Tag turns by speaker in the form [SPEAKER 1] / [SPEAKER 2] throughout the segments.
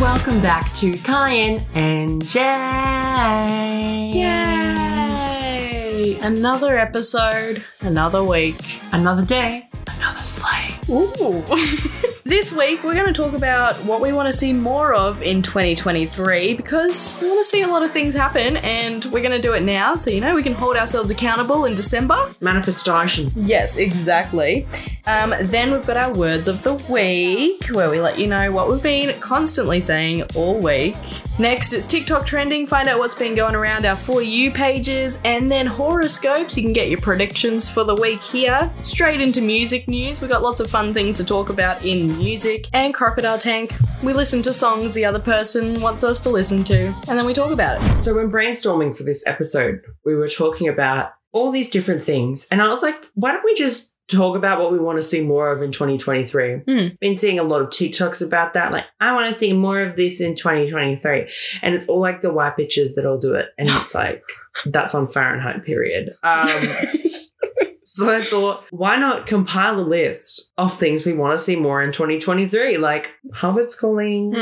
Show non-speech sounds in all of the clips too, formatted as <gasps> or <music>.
[SPEAKER 1] welcome back to Kyan and Jay.
[SPEAKER 2] Yay! Another episode, another week.
[SPEAKER 1] Another day, another sleigh.
[SPEAKER 2] Ooh. <laughs> this week we're going to talk about what we want to see more of in 2023 because we want to see a lot of things happen and we're going to do it now so you know we can hold ourselves accountable in December.
[SPEAKER 1] Manifestation.
[SPEAKER 2] Yes, exactly. Um, then we've got our words of the week, where we let you know what we've been constantly saying all week. Next, it's TikTok trending, find out what's been going around our For You pages, and then horoscopes. You can get your predictions for the week here. Straight into music news, we've got lots of fun things to talk about in music, and Crocodile Tank. We listen to songs the other person wants us to listen to, and then we talk about it.
[SPEAKER 1] So, when brainstorming for this episode, we were talking about all these different things. And I was like, why don't we just talk about what we want to see more of in 2023?
[SPEAKER 2] Hmm.
[SPEAKER 1] Been seeing a lot of TikToks about that. Like, I want to see more of this in 2023. And it's all like the white bitches that'll do it. And it's like, that's on Fahrenheit, period. Um, So I thought, why not compile a list of things we want to see more in 2023? Like Harvard's
[SPEAKER 2] <laughs>
[SPEAKER 1] calling.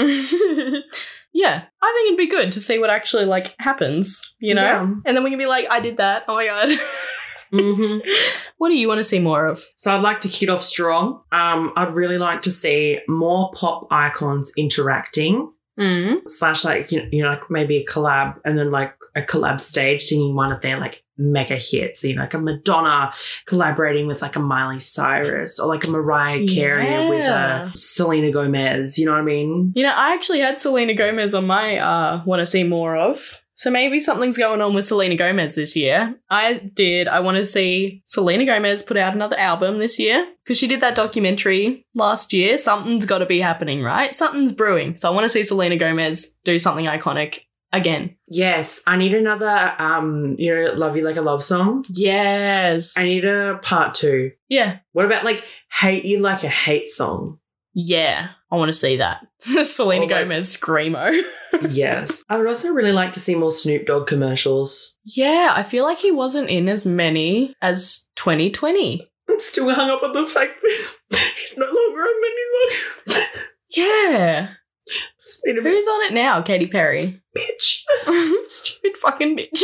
[SPEAKER 2] yeah, I think it'd be good to see what actually like happens, you know?
[SPEAKER 1] Yeah.
[SPEAKER 2] And then we can be like, I did that. Oh my god. <laughs>
[SPEAKER 1] hmm
[SPEAKER 2] what do you want to see more of?
[SPEAKER 1] So I'd like to kick off strong. Um, I'd really like to see more pop icons interacting,
[SPEAKER 2] Mm.
[SPEAKER 1] slash like you know, you know like maybe a collab and then like a collab stage singing one of their like mega hits, you know, like a Madonna collaborating with like a Miley Cyrus or like a Mariah Carey with
[SPEAKER 2] Yeah.
[SPEAKER 1] a Selena Gomez. You know what I mean?
[SPEAKER 2] You know, I actually had Selena Gomez on my uh want to see more of. So maybe something's going on with Selena Gomez this year. I did. I want to see Selena Gomez put out another album this year because she did that documentary last year. Something's got to be happening, right? Something's brewing. So I want to see Selena Gomez do something iconic again.
[SPEAKER 1] Yes, I need another um, you know, love you like a love song.
[SPEAKER 2] Yes.
[SPEAKER 1] I need a part two.
[SPEAKER 2] yeah.
[SPEAKER 1] What about like hate you like a hate song?
[SPEAKER 2] Yeah, I want to see that. <laughs> Selena
[SPEAKER 1] Or like-
[SPEAKER 2] Gomez screamo.
[SPEAKER 1] yes. I would also really like to see more Snoop Dogg commercials.
[SPEAKER 2] Yeah, I feel like he wasn't in as many as 2020.
[SPEAKER 1] I'm still hung up on the fact that he's no longer on Mindy Log.
[SPEAKER 2] Yeah.
[SPEAKER 1] Speed of
[SPEAKER 2] Who's on it now? Katy <laughs> Perry.
[SPEAKER 1] bitch.
[SPEAKER 2] Stupid fucking bitch.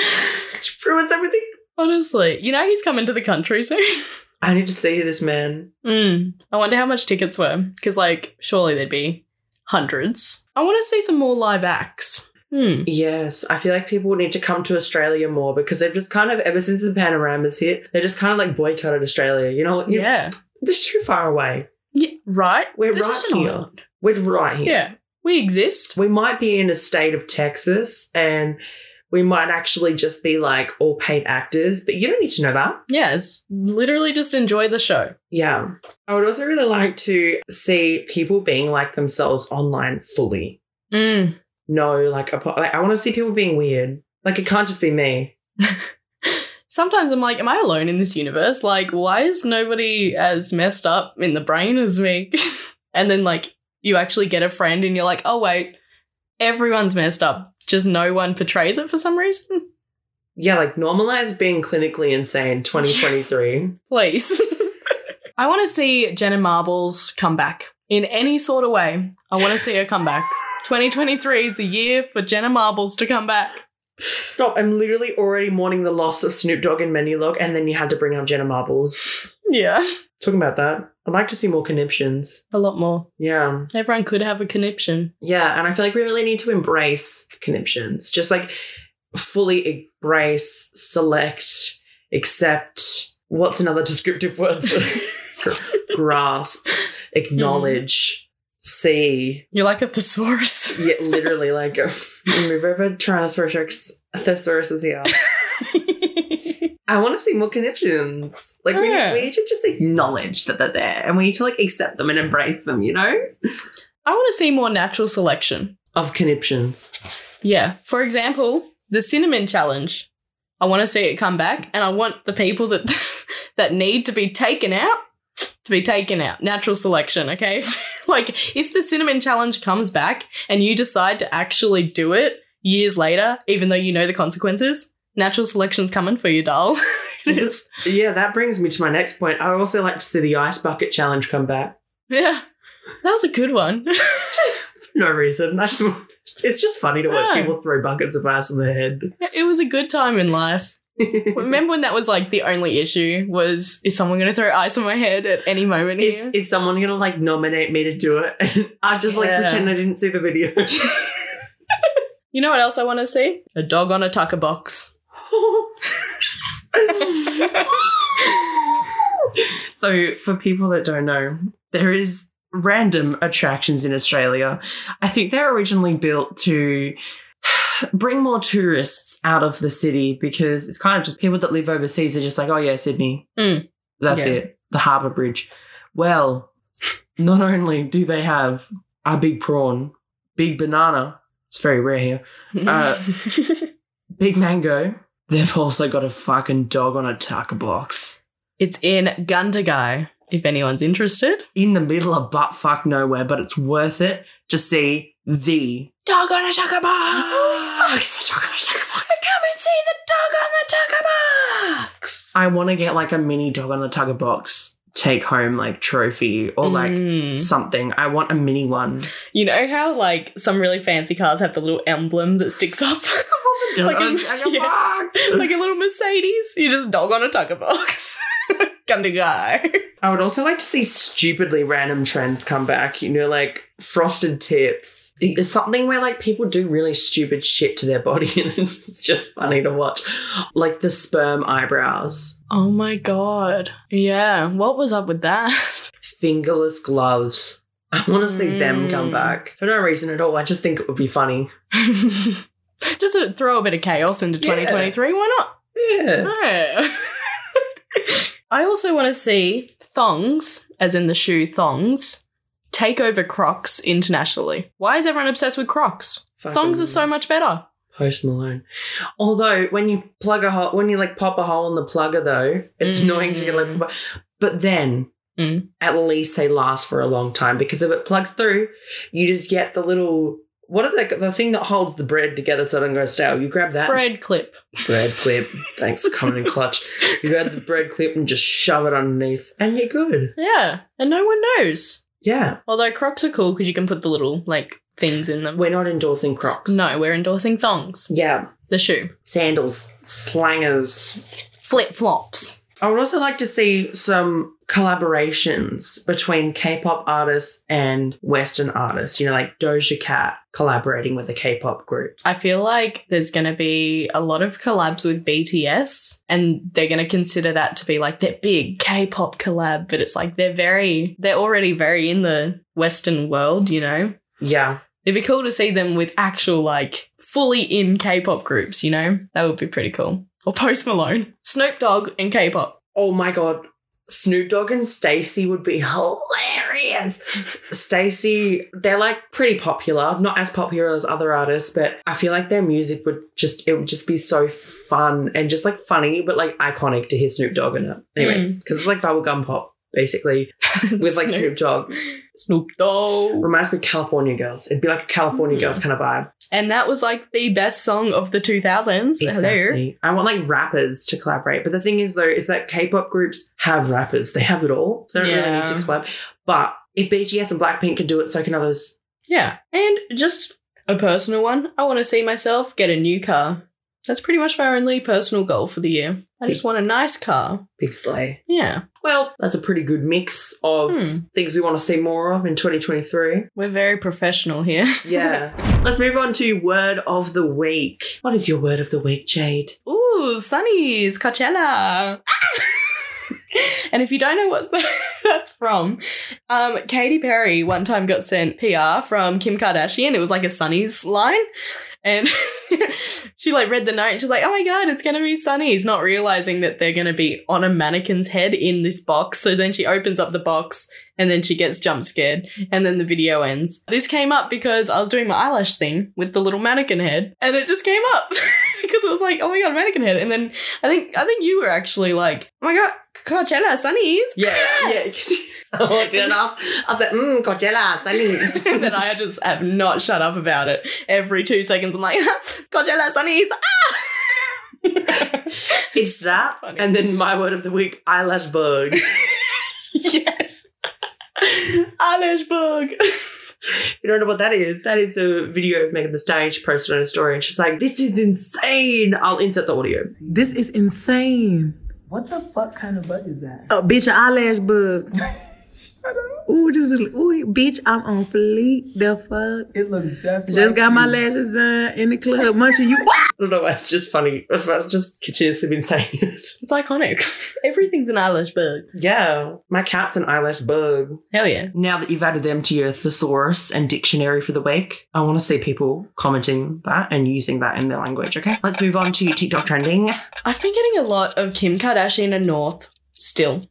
[SPEAKER 2] <laughs>
[SPEAKER 1] She ruins everything.
[SPEAKER 2] Honestly, you know he's coming to the country soon. <laughs>
[SPEAKER 1] I need to see this man.
[SPEAKER 2] Mm. I wonder how much tickets were because, like, surely there'd be hundreds. I want to see some more live acts. Hmm.
[SPEAKER 1] Yes, I feel like people need to come to Australia more because they've just kind of ever since the panoramas hit, they just kind of like boycotted Australia. You know, You-
[SPEAKER 2] Yeah.
[SPEAKER 1] they're too far away.
[SPEAKER 2] yeah. Right.
[SPEAKER 1] We're
[SPEAKER 2] They're
[SPEAKER 1] right
[SPEAKER 2] just an
[SPEAKER 1] here.
[SPEAKER 2] island.
[SPEAKER 1] We're right here.
[SPEAKER 2] Yeah. We exist.
[SPEAKER 1] We might be in a state of Texas and we might actually just be like all paid actors, but you don't need to know that.
[SPEAKER 2] Yes. Literally just enjoy the show.
[SPEAKER 1] Yeah. I would also really like to see people being like themselves online fully.
[SPEAKER 2] Mm.
[SPEAKER 1] No, like, apo- like I want to see people being weird. Like, it can't just be me.
[SPEAKER 2] Sometimes I'm like, am I alone in this universe? Like, why is nobody as messed up in the brain as me? <laughs> and then, like, you actually get a friend and you're like, oh, wait, everyone's messed up. Just no one portrays it for some reason.
[SPEAKER 1] Yeah, like, normalize being clinically insane 2023.
[SPEAKER 2] Please. <laughs> I want to see Jenna Marbles come back in any sort of way. I want to see her come back. 2023 is the year for Jenna Marbles to come back.
[SPEAKER 1] Stop. I'm literally already mourning the loss of Snoop Dogg and Menny Log, and then you had to bring up Jenna Marbles.
[SPEAKER 2] Yeah.
[SPEAKER 1] Talking about that, I'd like to see more conniptions.
[SPEAKER 2] A lot more.
[SPEAKER 1] Yeah.
[SPEAKER 2] Everyone could have a <laughs> conniption.
[SPEAKER 1] Yeah, and I feel like we really need to embrace conniptions. Just like fully embrace, select, accept. What's another descriptive word <laughs> for gr- grasp, acknowledge, see?
[SPEAKER 2] You're like a thesaurus. <laughs>
[SPEAKER 1] Yeah, literally, like <laughs> remember Tyrannosaurus Rex, Thesaurus is <laughs> here. I want to see more conniptions. Like we,
[SPEAKER 2] Yeah.
[SPEAKER 1] we need to just acknowledge that they're there, and we need to like accept them and embrace them. You know,
[SPEAKER 2] I want to see more natural selection.
[SPEAKER 1] of conniptions.
[SPEAKER 2] Yeah. For example, the cinnamon challenge. I want to see it come back, and I want the people that <laughs> that need to be taken out to be taken out. Natural selection, okay? <laughs> like if the cinnamon challenge comes back and you decide to actually do it years later, even though you know the consequences, natural selection's coming for you, doll. <laughs> it is.
[SPEAKER 1] Yeah, that brings me to my next point. I would <laughs> also like to see the ice bucket challenge come back.
[SPEAKER 2] Yeah. That was a good one.
[SPEAKER 1] no reason. I just, it's just funny to watch
[SPEAKER 2] No.
[SPEAKER 1] people throw buckets of ice on their head.
[SPEAKER 2] <laughs> It was a good time in life. Remember when that was like the only issue was is someone gonna throw ice on my head at any moment
[SPEAKER 1] Is,
[SPEAKER 2] here?
[SPEAKER 1] is someone gonna like nominate me to do it? <laughs> And I just like
[SPEAKER 2] Yeah.
[SPEAKER 1] pretend I didn't see the video. <laughs>
[SPEAKER 2] You know what else I want to see? A dog on a tucker box. Uh,
[SPEAKER 1] so, for people that don't know, there is random attractions in Australia. I think they're originally built to <sighs> bring more tourists out of the city because it's kind of just people that live overseas are just like, oh yeah, Sydney.
[SPEAKER 2] Mm.
[SPEAKER 1] That's
[SPEAKER 2] Yeah.
[SPEAKER 1] it. The harbour bridge. Well, not only do they have a big prawn, big banana, it's very rare here, Uh, big mango, they've also got a fucking dog on a tucker box.
[SPEAKER 2] it's in Gundagai, if anyone's interested.
[SPEAKER 1] in the middle of butt fuck nowhere, but it's worth it to see the dog on a tucker <gasps> box. fuck, it's the dog on a tucker box. Come and see the dog on the tucker box. I want to get like a mini dog on the tucker box take home like trophy or like
[SPEAKER 2] Mm.
[SPEAKER 1] something. I want a mini <laughs> one.
[SPEAKER 2] You know how like some really fancy cars have the little emblem that sticks up? <laughs> Like
[SPEAKER 1] Dog on
[SPEAKER 2] a-
[SPEAKER 1] a tucker <laughs>
[SPEAKER 2] yeah.
[SPEAKER 1] box.
[SPEAKER 2] like a little Mercedes. You just dog on a tucker box. <laughs> Gundagai.
[SPEAKER 1] I would also like to see stupidly random trends come back, you know, like frosted tips. It's something where like people do really stupid shit to their body <laughs> and it's just funny to watch. Like the sperm eyebrows,
[SPEAKER 2] Oh my god. Yeah, what was up with that? <laughs>
[SPEAKER 1] fingerless gloves. I want to see them come
[SPEAKER 2] Mm.
[SPEAKER 1] back for no reason at all. I just think it would be funny.
[SPEAKER 2] <laughs> Just to throw a bit of chaos into
[SPEAKER 1] Yeah.
[SPEAKER 2] 2023, why not?
[SPEAKER 1] Yeah.
[SPEAKER 2] No. <laughs> I also want to see thongs, as in the shoe thongs, take over Crocs internationally. Why is everyone obsessed with Crocs? Thongs are so much better.
[SPEAKER 1] Post Malone. Although when you plug a hole, when you like pop a hole in the plugger though, it's
[SPEAKER 2] Mm.
[SPEAKER 1] annoying to get like. But then,
[SPEAKER 2] Mm.
[SPEAKER 1] at least they last for a long time because if it plugs through, you just get the little what is that the thing that holds the bread together so it doesn't go stale. You grab that
[SPEAKER 2] Bread clip.
[SPEAKER 1] bread clip. Thanks for coming in clutch. You grab the bread clip and just shove it underneath, and you're good.
[SPEAKER 2] Yeah, and no one knows.
[SPEAKER 1] Yeah,
[SPEAKER 2] Although Crocs are cool because you can put the little like things in them.
[SPEAKER 1] we're not endorsing Crocs.
[SPEAKER 2] No, we're endorsing thongs.
[SPEAKER 1] Yeah,
[SPEAKER 2] The shoe.
[SPEAKER 1] sandals, slangers,
[SPEAKER 2] Flip flops.
[SPEAKER 1] I would also like to see some collaborations between K-pop artists and Western artists. You know, like Doja Cat collaborating with a K-pop group.
[SPEAKER 2] I feel like there's going to be a lot of collabs with BTS, and they're going to consider that to be like their big K pop collab, but it's like they're very, they're already very in the Western world, you know?
[SPEAKER 1] Yeah,
[SPEAKER 2] It'd be cool to see them with actual, like, fully in K pop groups, you know? That would be pretty cool. Or Post Malone, Snoop Dogg, and K <laughs> pop.
[SPEAKER 1] Oh my god, Snoop Dogg and Stacy would be hilarious. Stacy, they're like pretty popular, not as popular as other artists, but I feel like their music would just it would just be so fun and just like funny, but like iconic to hear Snoop Dogg in it. Anyways, because it's like bubblegum pop basically with like Snoop Dogg.
[SPEAKER 2] Snoop Dogg.
[SPEAKER 1] Reminds me of California Girls. It'd be like a California
[SPEAKER 2] Mm.
[SPEAKER 1] Girls kind of vibe.
[SPEAKER 2] And that was like the best song of the 2000s. Hello.
[SPEAKER 1] Exactly. I want like rappers to collaborate. But the thing is though, is that K-pop groups have rappers. They have it all. They don't really
[SPEAKER 2] Yeah.
[SPEAKER 1] need to collab. But if BTS and Blackpink can do it, so can others.
[SPEAKER 2] Yeah. And just a personal one. I want to see myself get a new car. That's pretty much my only personal goal for the year. I just want a nice car.
[SPEAKER 1] Big Slay.
[SPEAKER 2] Yeah.
[SPEAKER 1] Well, that's a pretty good mix of
[SPEAKER 2] Hmm.
[SPEAKER 1] things we want to see more of in 2023.
[SPEAKER 2] We're very professional here. <laughs>
[SPEAKER 1] Yeah. Let's move on to word of the week. What is your word of the week, Jade?
[SPEAKER 2] Ooh, Sunny's Coachella. <laughs> and if you don't know what <laughs> that's from, um, Katy Perry one time got sent PR from Kim Kardashian. It was like a Sunny's line. And <laughs> she like read the note. and She's like, "Oh my god, it's gonna be Sunny's," not realizing that they're gonna be on a mannequin's head in this box. So then she opens up the box, and then she gets jump scared, and then the video ends. This came up because I was doing my eyelash thing with the little mannequin head, and it just came up <laughs> because it was like, "Oh my god, mannequin head!" And then I think I think you were actually like, "Oh my god, Coachella, Sunny's."
[SPEAKER 1] Yeah, <laughs> yeah. I walked in and Oh, I was, I was like, mmm,
[SPEAKER 2] <laughs>
[SPEAKER 1] Coachella, Sunny.
[SPEAKER 2] and then I just have not shut up about it. Every two seconds, I'm like, <laughs> Coachella, <laughs> Sunny's. Ah!
[SPEAKER 1] <laughs> It's that.
[SPEAKER 2] Funny.
[SPEAKER 1] And then my word of the week, eyelash <laughs> bug.
[SPEAKER 2] <laughs> yes. Alishburg.
[SPEAKER 1] If you don't know what that is, that is a video of Megan the Stage posted on a story, and she's like, "This is insane." I'll insert the audio.
[SPEAKER 3] This is insane.
[SPEAKER 4] What the fuck kind of bug is that?
[SPEAKER 3] Oh, bitch, your eyelash
[SPEAKER 4] <laughs>
[SPEAKER 3] bug. Ooh, this is ooh, bitch. I'm on fleek. The fuck.
[SPEAKER 4] It looks just
[SPEAKER 3] Just
[SPEAKER 4] like
[SPEAKER 3] got my
[SPEAKER 4] you.
[SPEAKER 3] lashes done in the club. Munchie, you.
[SPEAKER 1] I don't know. why It's just funny. <laughs> I've just continuously been saying it.
[SPEAKER 2] It's iconic. Everything's an eyelash bug.
[SPEAKER 1] Yeah, my cat's an eyelash bug.
[SPEAKER 2] Hell yeah.
[SPEAKER 1] Now that you've added them to your thesaurus and dictionary for the week, I want to see people commenting that and using that in their language. Okay, let's move on to TikTok trending.
[SPEAKER 2] I've been getting a lot of Kim Kardashian and North still. <laughs>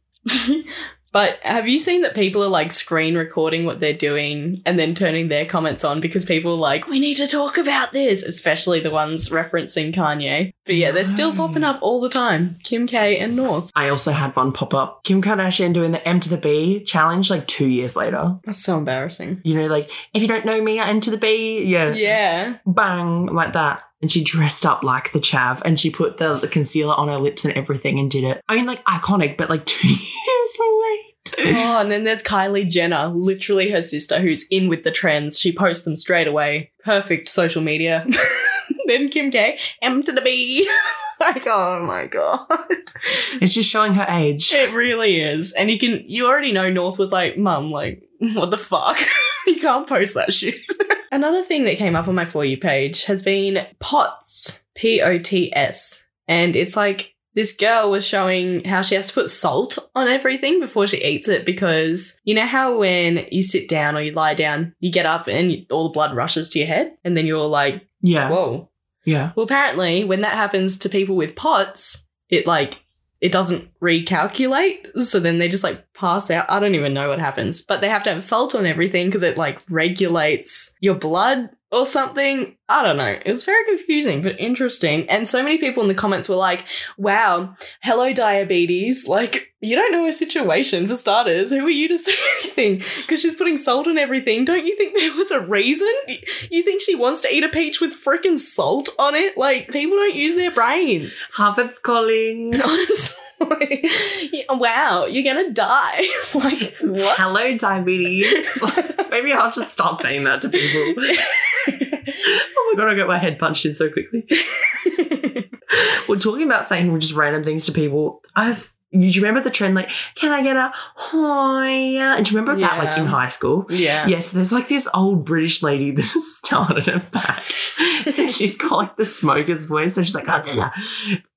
[SPEAKER 2] but have you seen that people are like screen recording what they're doing and then turning their comments on because people are like, we need to talk about this, especially the ones referencing Kanye. But yeah, they're still
[SPEAKER 1] Right.
[SPEAKER 2] popping up all the time. Kim K and North.
[SPEAKER 1] I also had one pop up: Kim Kardashian doing the M to the B challenge, like two years later.
[SPEAKER 2] That's so embarrassing.
[SPEAKER 1] You know, like if you don't know me, I M to the B. Yeah,
[SPEAKER 2] Yeah.
[SPEAKER 1] bang like that. And she dressed up like the chav, and she put the, the concealer on her lips and everything, and did it. I mean, like iconic, but like <laughs> two years late.
[SPEAKER 2] <laughs> Oh, and then there's Kylie Jenner, literally her sister, who's in with the trends. She posts them straight away. Perfect social media. <laughs> then Kim K, M to the B. <laughs> like, oh my god.
[SPEAKER 1] It's just showing her age.
[SPEAKER 2] It really is. And you can, you already know North was like, Mum, like, <laughs> what the fuck? you can't post that shit. <laughs> Another thing that came up on my For You page has been POTS, P O T S. And it's like, this girl was showing how she has to put salt on everything before she eats it because you know how when you sit down or you lie down, you get up and you- all the blood rushes to your head, and then you're like,
[SPEAKER 1] Yeah,
[SPEAKER 2] whoa,
[SPEAKER 1] yeah.
[SPEAKER 2] well, apparently, when that happens to people with POTS, it like it doesn't recalculate, so then they just like pass out. I don't even know what happens, but they have to have salt on everything because it like regulates your blood or something. I don't know. It was very confusing but interesting, and so many people in the comments were like, "Wow, hello diabetes! Like you don't know her situation for starters. Who are you to <laughs> say anything? Because she's putting salt on everything. Don't you think <laughs> there was a reason? You think she wants to eat a peach with frickin' salt on it? Like, people don't use their brains.
[SPEAKER 1] Harvard's
[SPEAKER 2] <laughs>
[SPEAKER 1] calling.
[SPEAKER 2] Honestly. Yeah, <laughs> wow, you're gonna die. <laughs> like, what?
[SPEAKER 1] Hello, diabetes. Maybe I'll just start saying that to
[SPEAKER 2] <laughs>
[SPEAKER 1] people. <laughs> oh my god, I got my head punched in so quickly. We're talking about saying just random things to people. I've. Do you remember the trend? Like, can I get a hi? And do you remember that, like,
[SPEAKER 2] Yeah.
[SPEAKER 1] in high school?
[SPEAKER 2] <laughs> yeah.
[SPEAKER 1] Yes, there's like this old British lady <laughs> that has started it back. And she's got like the smoker's voice, and she's like, oh, yeah.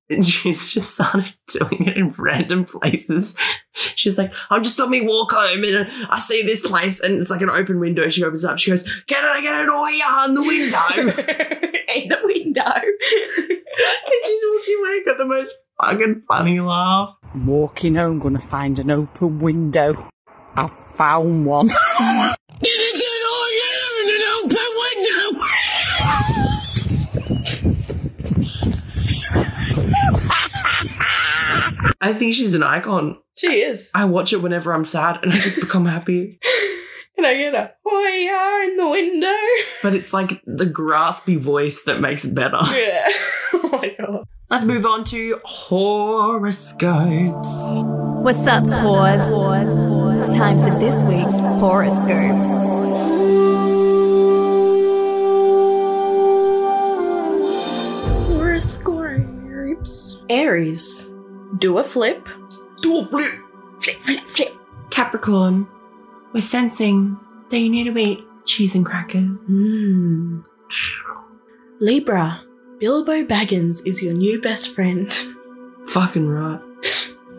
[SPEAKER 1] And she's just started <laughs> doing it in random places. She's like, I just on me walk home and I see this place and it's like an open window. She opens up, she goes, Can I get an oya on the
[SPEAKER 2] <laughs>
[SPEAKER 1] window?
[SPEAKER 2] In the window.
[SPEAKER 1] and she's walking away, got the most fucking funny laugh.
[SPEAKER 5] Walking home, gonna find an open window. I found one.
[SPEAKER 1] I think she's an icon.
[SPEAKER 2] <laughs> she is.
[SPEAKER 1] I watch it whenever I'm sad and I just become happy.
[SPEAKER 2] And I get a, oh, yeah, in the window.
[SPEAKER 1] But it's like the graspy voice that makes it better.
[SPEAKER 2] yeah. <laughs> oh my god.
[SPEAKER 1] Let's move on to horoscopes.
[SPEAKER 6] What's up, whores? It's time for this week's horoscopes.
[SPEAKER 2] Horoscopes. Aries. Do a flip.
[SPEAKER 1] Door flip, flip, flip, flip. Capricorn, we're sensing that you need to eat cheese and crackers.
[SPEAKER 2] Mm. Libra, Bilbo Baggins is your new best friend.
[SPEAKER 1] Fucking right.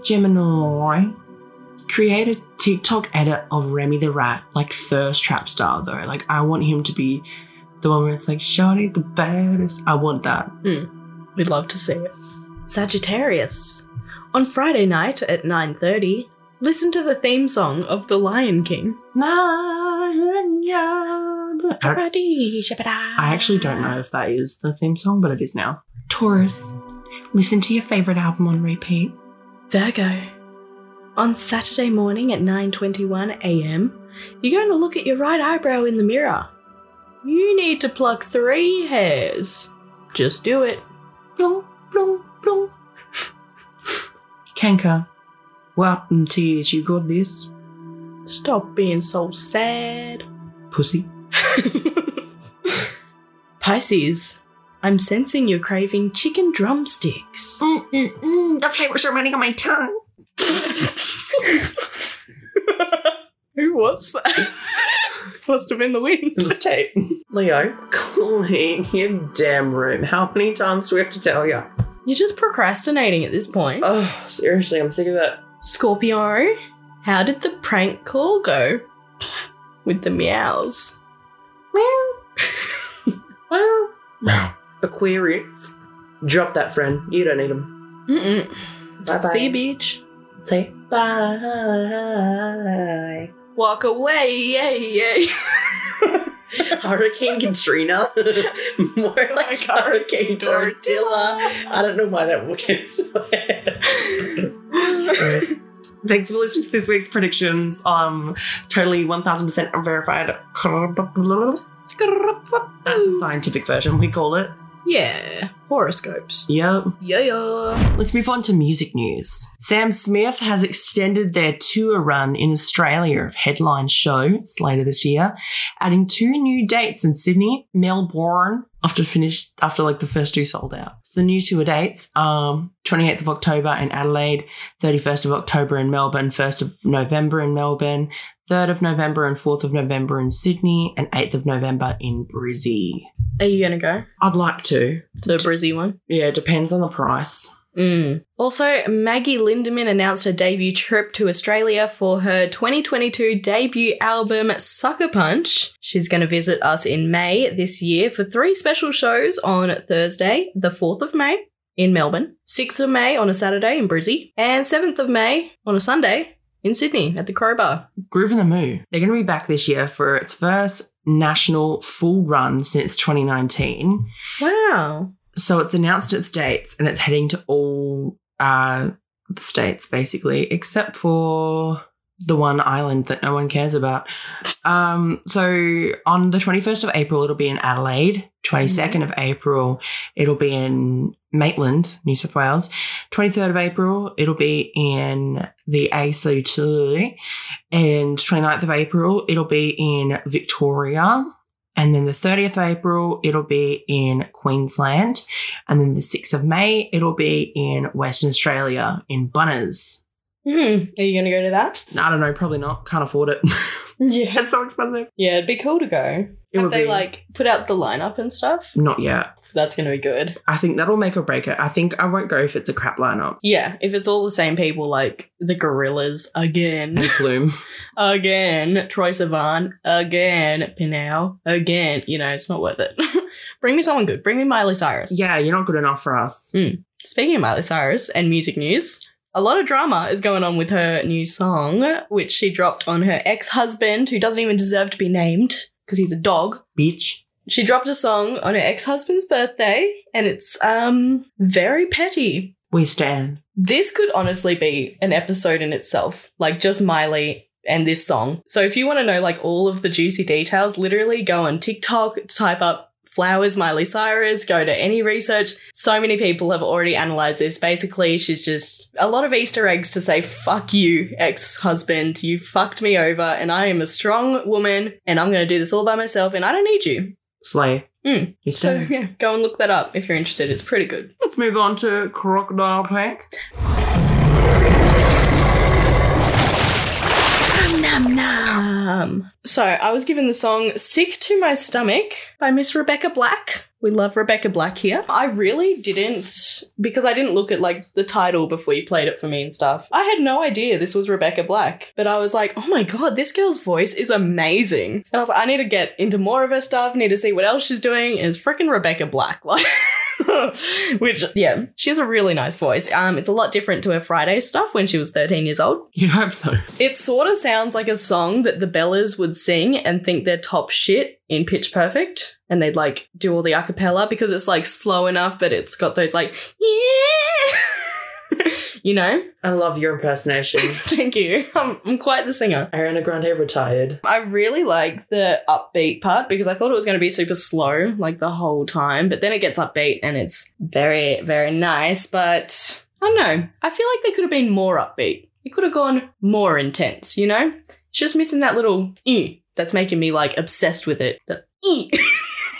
[SPEAKER 1] Gemini, create a TikTok edit of Remy the Rat, like thirst trap style though. Like I want him to be the one where it's like Shawty the baddest. I want that.
[SPEAKER 2] We'd love to see it. Sagittarius, on Friday night at 9:30, listen to the theme song of The Lion King.
[SPEAKER 1] I don't- I actually don't know if that is the theme song, but it is now. Taurus, listen to your favorite album on repeat.
[SPEAKER 2] Virgo, on Saturday morning at 9:21 a.m., you're going to look at your right eyebrow in the mirror. You need to pluck 3 hairs. Just do it.
[SPEAKER 1] Blong, blong, blong. Kanka, what up in tears? You got this?
[SPEAKER 2] Stop being so sad.
[SPEAKER 1] pussy.
[SPEAKER 2] <laughs> Pisces, I'm sensing you're craving chicken drumsticks.
[SPEAKER 7] Mm, The flavors are running on my tongue.
[SPEAKER 2] <laughs> Who was that? <laughs> Must have been the wind.
[SPEAKER 1] It was tape. Leo, clean your damn room. How many times do we have to tell you?
[SPEAKER 2] You're just procrastinating at this point.
[SPEAKER 1] Oh, seriously, I'm sick of that.
[SPEAKER 2] Scorpio, how did the prank call go? With the meows.
[SPEAKER 1] Aquarius, drop that friend. You don't need him.
[SPEAKER 2] Mm-mm.
[SPEAKER 1] Bye bye.
[SPEAKER 2] See you, beach.
[SPEAKER 1] Say bye.
[SPEAKER 2] Walk away, yay, yay.
[SPEAKER 1] <laughs> Hurricane Katrina, <laughs> more like Hurricane Tortilla. I don't know why that would. Thanks for listening to this week's predictions. Um, totally one thousand percent verified. That's a scientific version. We call it.
[SPEAKER 2] Yeah, horoscopes.
[SPEAKER 1] Yep.
[SPEAKER 2] Yeah, yeah.
[SPEAKER 1] Let's move on to music news. Sam Smith has extended their tour run in Australia of headline shows later this year, adding two new dates in Sydney, Melbourne, after finished after like the first two sold out. So the new tour dates, um, 28th of October in Adelaide, 31st of October in Melbourne, 1st of November in Melbourne, 3rd of November and 4th of November in Sydney, and 8th of November in Brizzy.
[SPEAKER 2] Are you gonna go?
[SPEAKER 1] I'd like to.
[SPEAKER 2] The Brizzy one.
[SPEAKER 1] Yeah, it depends on the price.
[SPEAKER 2] Mm. Also, Maggie Lindemann announced her debut trip to Australia for her 2022 debut album, Sucker Punch. She's going to visit us in May this year for three special shows on Thursday, the 4th of May in Melbourne, 6th of May on a Saturday in Brizzy, and 7th of May on a Sunday in Sydney at the Crowbar.
[SPEAKER 1] Groove in the Moo. They're going to be back this year for its first national full run since 2019.
[SPEAKER 2] Wow.
[SPEAKER 1] So it's announced its dates and it's heading to all uh, the states basically, except for the one island that no one cares about. Um, so on the 21st of April, it'll be in Adelaide. 22nd of April, it'll be in Maitland, New South Wales. 23rd of April, it'll be in the ACT. E. And 29th of April, it'll be in Victoria. And then the 30th of April, it'll be in Queensland. And then the 6th of May, it'll be in Western Australia in Bunners.
[SPEAKER 2] Mm. Are you going to go to that?
[SPEAKER 1] I don't know, probably not. Can't afford it. <laughs>
[SPEAKER 2] Yeah.
[SPEAKER 1] That's so expensive.
[SPEAKER 2] Yeah, it'd be cool to go.
[SPEAKER 1] It
[SPEAKER 2] Have
[SPEAKER 1] would
[SPEAKER 2] they
[SPEAKER 1] be-
[SPEAKER 2] like put out the lineup and stuff?
[SPEAKER 1] Not yet.
[SPEAKER 2] That's going to be good.
[SPEAKER 1] I think that'll make or break it. I think I won't go if it's a crap lineup.
[SPEAKER 2] Yeah, if it's all the same people, like the Gorillas again,
[SPEAKER 1] And Flume.
[SPEAKER 2] again, Troy Sivan again, Pinal again, you know, it's not worth it. <laughs> Bring me someone good. Bring me Miley Cyrus.
[SPEAKER 1] <laughs> yeah, you're not good enough for us.
[SPEAKER 2] Speaking of Miley Cyrus and music news, a lot of drama is going on with her new song, which she dropped on her ex husband, who doesn't even deserve to be named because he's a dog.
[SPEAKER 1] Bitch.
[SPEAKER 2] She dropped a song on her ex husband's birthday, and it's um very petty.
[SPEAKER 1] We stand.
[SPEAKER 2] this could honestly be an episode in itself, like just Miley and this song. So if you want to know like all of the juicy details, literally go on TikTok, type up flowers Miley Cyrus, go to any research. So many people have already analyzed this. Basically, she's just a lot of Easter eggs to say, fuck you, ex husband. You fucked me over, and I am a strong woman, and I'm going to do this all by myself, and I don't need you.
[SPEAKER 1] Slay.
[SPEAKER 2] Mm.
[SPEAKER 1] You <laughs>
[SPEAKER 2] So,
[SPEAKER 1] stand.
[SPEAKER 2] yeah, go and look that up if you're interested. It's pretty good.
[SPEAKER 1] Let's move on to Crocodile Tank.
[SPEAKER 2] Um, so I was given the song Sick to My Stomach by Miss Rebecca Black. We love Rebecca Black here. I really didn't because I didn't look at like the title before you played it for me and stuff. I had no idea this was Rebecca Black, but I was like, "Oh my god, this girl's voice is amazing." And I was like, "I need to get into more of her stuff, need to see what else she's doing." And it's freaking Rebecca Black <laughs> like which yeah, she has a really nice voice. Um it's a lot different to her Friday stuff when she was 13 years old.
[SPEAKER 1] You'd hope so.
[SPEAKER 2] It sort of sounds like a song that the Bellas would sing and think they're top shit in Pitch Perfect. And they'd like do all the a cappella because it's like slow enough, but it's got those like, <laughs> yeah, you know? <laughs>
[SPEAKER 1] I love your <laughs> impersonation.
[SPEAKER 2] Thank you. I'm, I'm quite the singer.
[SPEAKER 1] Ariana Grande retired. <laughs>
[SPEAKER 2] I really like the upbeat part because I thought it was going to be super slow like the whole time, but then it gets upbeat and it's very, very nice. But I don't know. I feel like they could have been more upbeat. It could have gone more intense, you know? It's just missing that little eh That's making me like obsessed with it. The "eh." <laughs>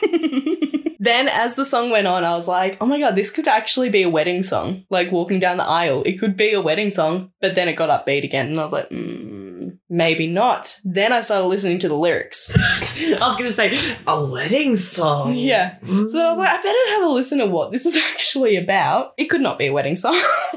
[SPEAKER 2] ee. <laughs> then as the song went on, I was like, oh my god, this could actually be a wedding song. Like walking down the aisle, it could be a wedding song. But then it got upbeat again, and I was like, mm, maybe not. Then I started listening to the lyrics.
[SPEAKER 1] I was going to say a wedding song. Mm.
[SPEAKER 2] yeah. So then I was like, I better have a listen to what this is <laughs> actually about. It could not be a wedding song. <laughs>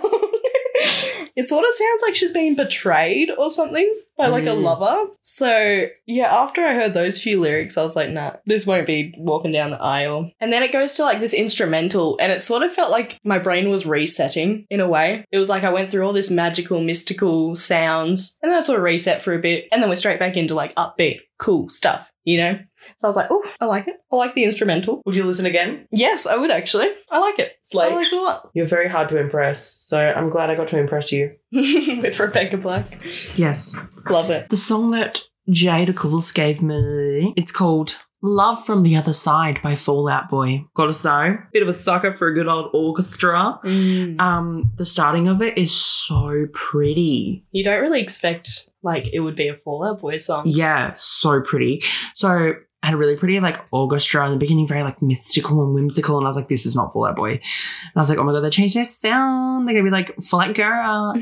[SPEAKER 2] it sort of sounds like she's being betrayed or something by like a
[SPEAKER 1] Mm.
[SPEAKER 2] lover. So yeah, after I heard those few lyrics, I was like, nah, this won't be walking down the aisle. And then it goes to like this instrumental, and it sort of felt like my brain was resetting in a way. It was like I went through all this magical, mystical sounds, and then I sort of reset for a bit, and then we're straight back into like upbeat, cool stuff, you know? So I was like, oh, I like it. I like the instrumental.
[SPEAKER 1] Would you listen again?
[SPEAKER 2] Yes, I would actually. I like it.
[SPEAKER 1] It's like-
[SPEAKER 2] I like it a lot. <laughs>
[SPEAKER 1] You're very hard to impress, so I'm glad I got to impress you.
[SPEAKER 2] With Rebecca Black.
[SPEAKER 1] Yes.
[SPEAKER 2] Love it.
[SPEAKER 1] The song that Jada Coles gave me, it's called Love from the Other Side by Fallout Boy. Gotta say, bit of a sucker for a good old orchestra.
[SPEAKER 2] Mm.
[SPEAKER 1] Um, the starting of it is so pretty.
[SPEAKER 2] You don't really expect like it would be a Fallout Boy song.
[SPEAKER 1] Yeah, so pretty. So I had a really pretty like orchestra in the beginning, very like mystical and whimsical, and I was like, this is not Fallout Boy. And I was like, oh my god, they changed their sound. They're gonna be like Fallout Girl.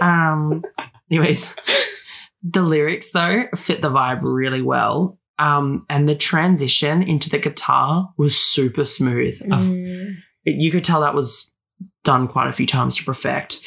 [SPEAKER 1] Um, anyways, <laughs> the lyrics though fit the vibe really well. Um, and the transition into the guitar was super smooth. Uh,
[SPEAKER 2] <laughs> Mm.
[SPEAKER 1] You could tell that was done quite a few times to perfect.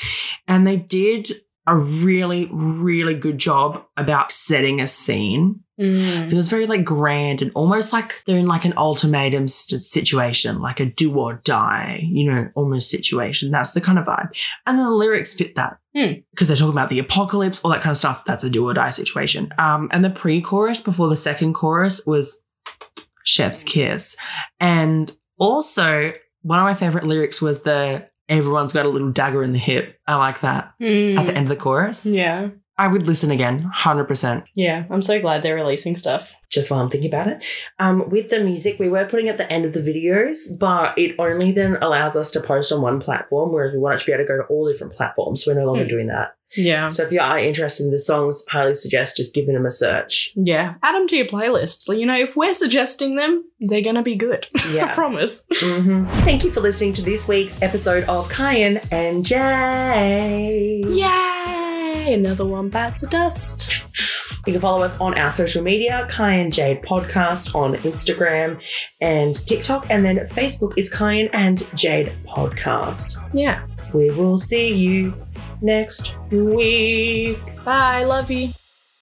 [SPEAKER 1] And they did a really, really good job about setting a scene. It
[SPEAKER 2] Mm.
[SPEAKER 1] feels very like grand and almost like they're in like an ultimatum st- situation, like a do or die, you know, almost situation. That's the kind of vibe. And the lyrics fit that
[SPEAKER 2] Hmm.
[SPEAKER 1] because they're talking about the apocalypse, all that kind of stuff. That's a do or die situation. Um, and the pre chorus before the second chorus was Chef's Kiss. And also, one of my favorite lyrics was the everyone's got a little dagger in the hip. I like that
[SPEAKER 2] Mm.
[SPEAKER 1] at the end of the chorus.
[SPEAKER 2] Yeah.
[SPEAKER 1] I would listen again, 100%.
[SPEAKER 2] Yeah. I'm so glad they're releasing stuff.
[SPEAKER 1] just while I'm thinking about it. Um, with the music, we were putting at the end of the videos, but it only then allows us to post on one platform, whereas we want it to be able to go to all different platforms. We're no longer
[SPEAKER 2] Hmm.
[SPEAKER 1] doing that.
[SPEAKER 2] Yeah.
[SPEAKER 1] So if you are interested in the songs, highly suggest just giving them a
[SPEAKER 2] <laughs>
[SPEAKER 1] search.
[SPEAKER 2] Yeah. Add them to your playlist. So, you know, if we're suggesting them, they're going to be good. <laughs> I
[SPEAKER 1] Yeah.
[SPEAKER 2] promise.
[SPEAKER 1] Mm-hmm. Thank you for listening to this week's episode of Kyan and Jay.
[SPEAKER 2] Yay! Another one bites the dust.
[SPEAKER 1] You can follow us on our social media, Kyan Jade Podcast on Instagram and TikTok, and then Facebook is Kyan and Jade Podcast.
[SPEAKER 2] Yeah.
[SPEAKER 1] We will see you next week.
[SPEAKER 2] Bye. Love you.